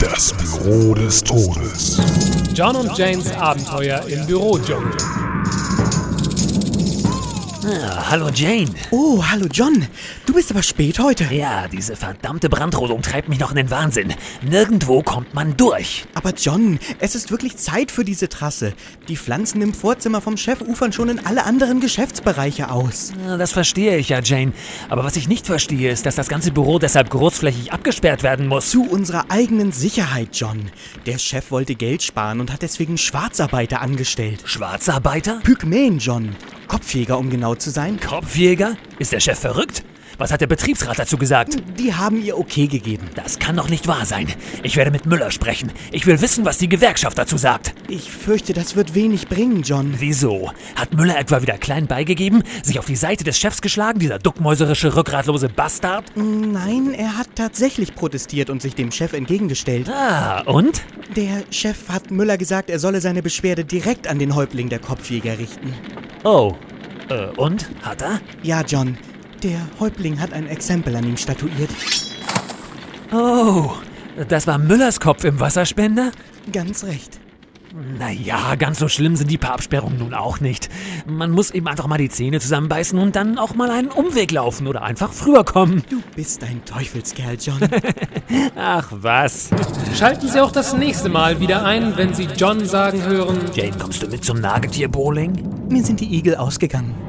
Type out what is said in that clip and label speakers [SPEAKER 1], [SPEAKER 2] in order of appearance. [SPEAKER 1] Das Büro des Todes.
[SPEAKER 2] John und Janes Abenteuer im Bürodschungel.
[SPEAKER 3] Ah, hallo Jane.
[SPEAKER 4] Oh, hallo John. Du bist aber spät heute.
[SPEAKER 3] Ja, diese verdammte Brandrodung treibt mich noch in den Wahnsinn. Nirgendwo kommt man durch.
[SPEAKER 4] Aber John, es ist wirklich Zeit für diese Trasse. Die Pflanzen im Vorzimmer vom Chef ufern schon in alle anderen Geschäftsbereiche aus.
[SPEAKER 3] Ah, Das verstehe ich ja, Jane. Aber was ich nicht verstehe, ist, dass das ganze Büro deshalb großflächig abgesperrt werden muss.
[SPEAKER 4] Zu unserer eigenen Sicherheit, John. Der Chef wollte Geld sparen und hat deswegen Schwarzarbeiter angestellt.
[SPEAKER 3] Schwarzarbeiter?
[SPEAKER 4] Pygmäen, John. Kopfjäger, um genau zu sein.
[SPEAKER 3] Kopfjäger? Ist der Chef verrückt? Was hat der Betriebsrat dazu gesagt?
[SPEAKER 4] Die haben ihr okay gegeben.
[SPEAKER 3] Das kann doch nicht wahr sein. Ich werde mit Müller sprechen. Ich will wissen, was die Gewerkschaft dazu sagt.
[SPEAKER 4] Ich fürchte, das wird wenig bringen, John.
[SPEAKER 3] Wieso? Hat Müller etwa wieder klein beigegeben, sich auf die Seite des Chefs geschlagen, dieser duckmäuserische, rückgratlose Bastard?
[SPEAKER 4] Nein, er hat tatsächlich protestiert und sich dem Chef entgegengestellt.
[SPEAKER 3] Ah, und?
[SPEAKER 4] Der Chef hat Müller gesagt, er solle seine Beschwerde direkt an den Häuptling der Kopfjäger richten.
[SPEAKER 3] Oh. Äh, und? Hat er?
[SPEAKER 4] Ja, John, der Häuptling hat ein Exempel an ihm statuiert.
[SPEAKER 3] Oh, das war Müllers Kopf im Wasserspender?
[SPEAKER 4] Ganz recht.
[SPEAKER 3] Naja, ganz so schlimm sind die paar Absperrungen nun auch nicht. Man muss eben einfach mal die Zähne zusammenbeißen und dann auch mal einen Umweg laufen oder einfach früher kommen.
[SPEAKER 4] Du bist ein Teufelskerl, John.
[SPEAKER 3] Ach was.
[SPEAKER 2] Schalten Sie auch das nächste Mal wieder ein, wenn Sie John sagen hören,
[SPEAKER 3] Jane, kommst du mit zum Nagetierbowling?
[SPEAKER 4] Mir sind die Igel ausgegangen.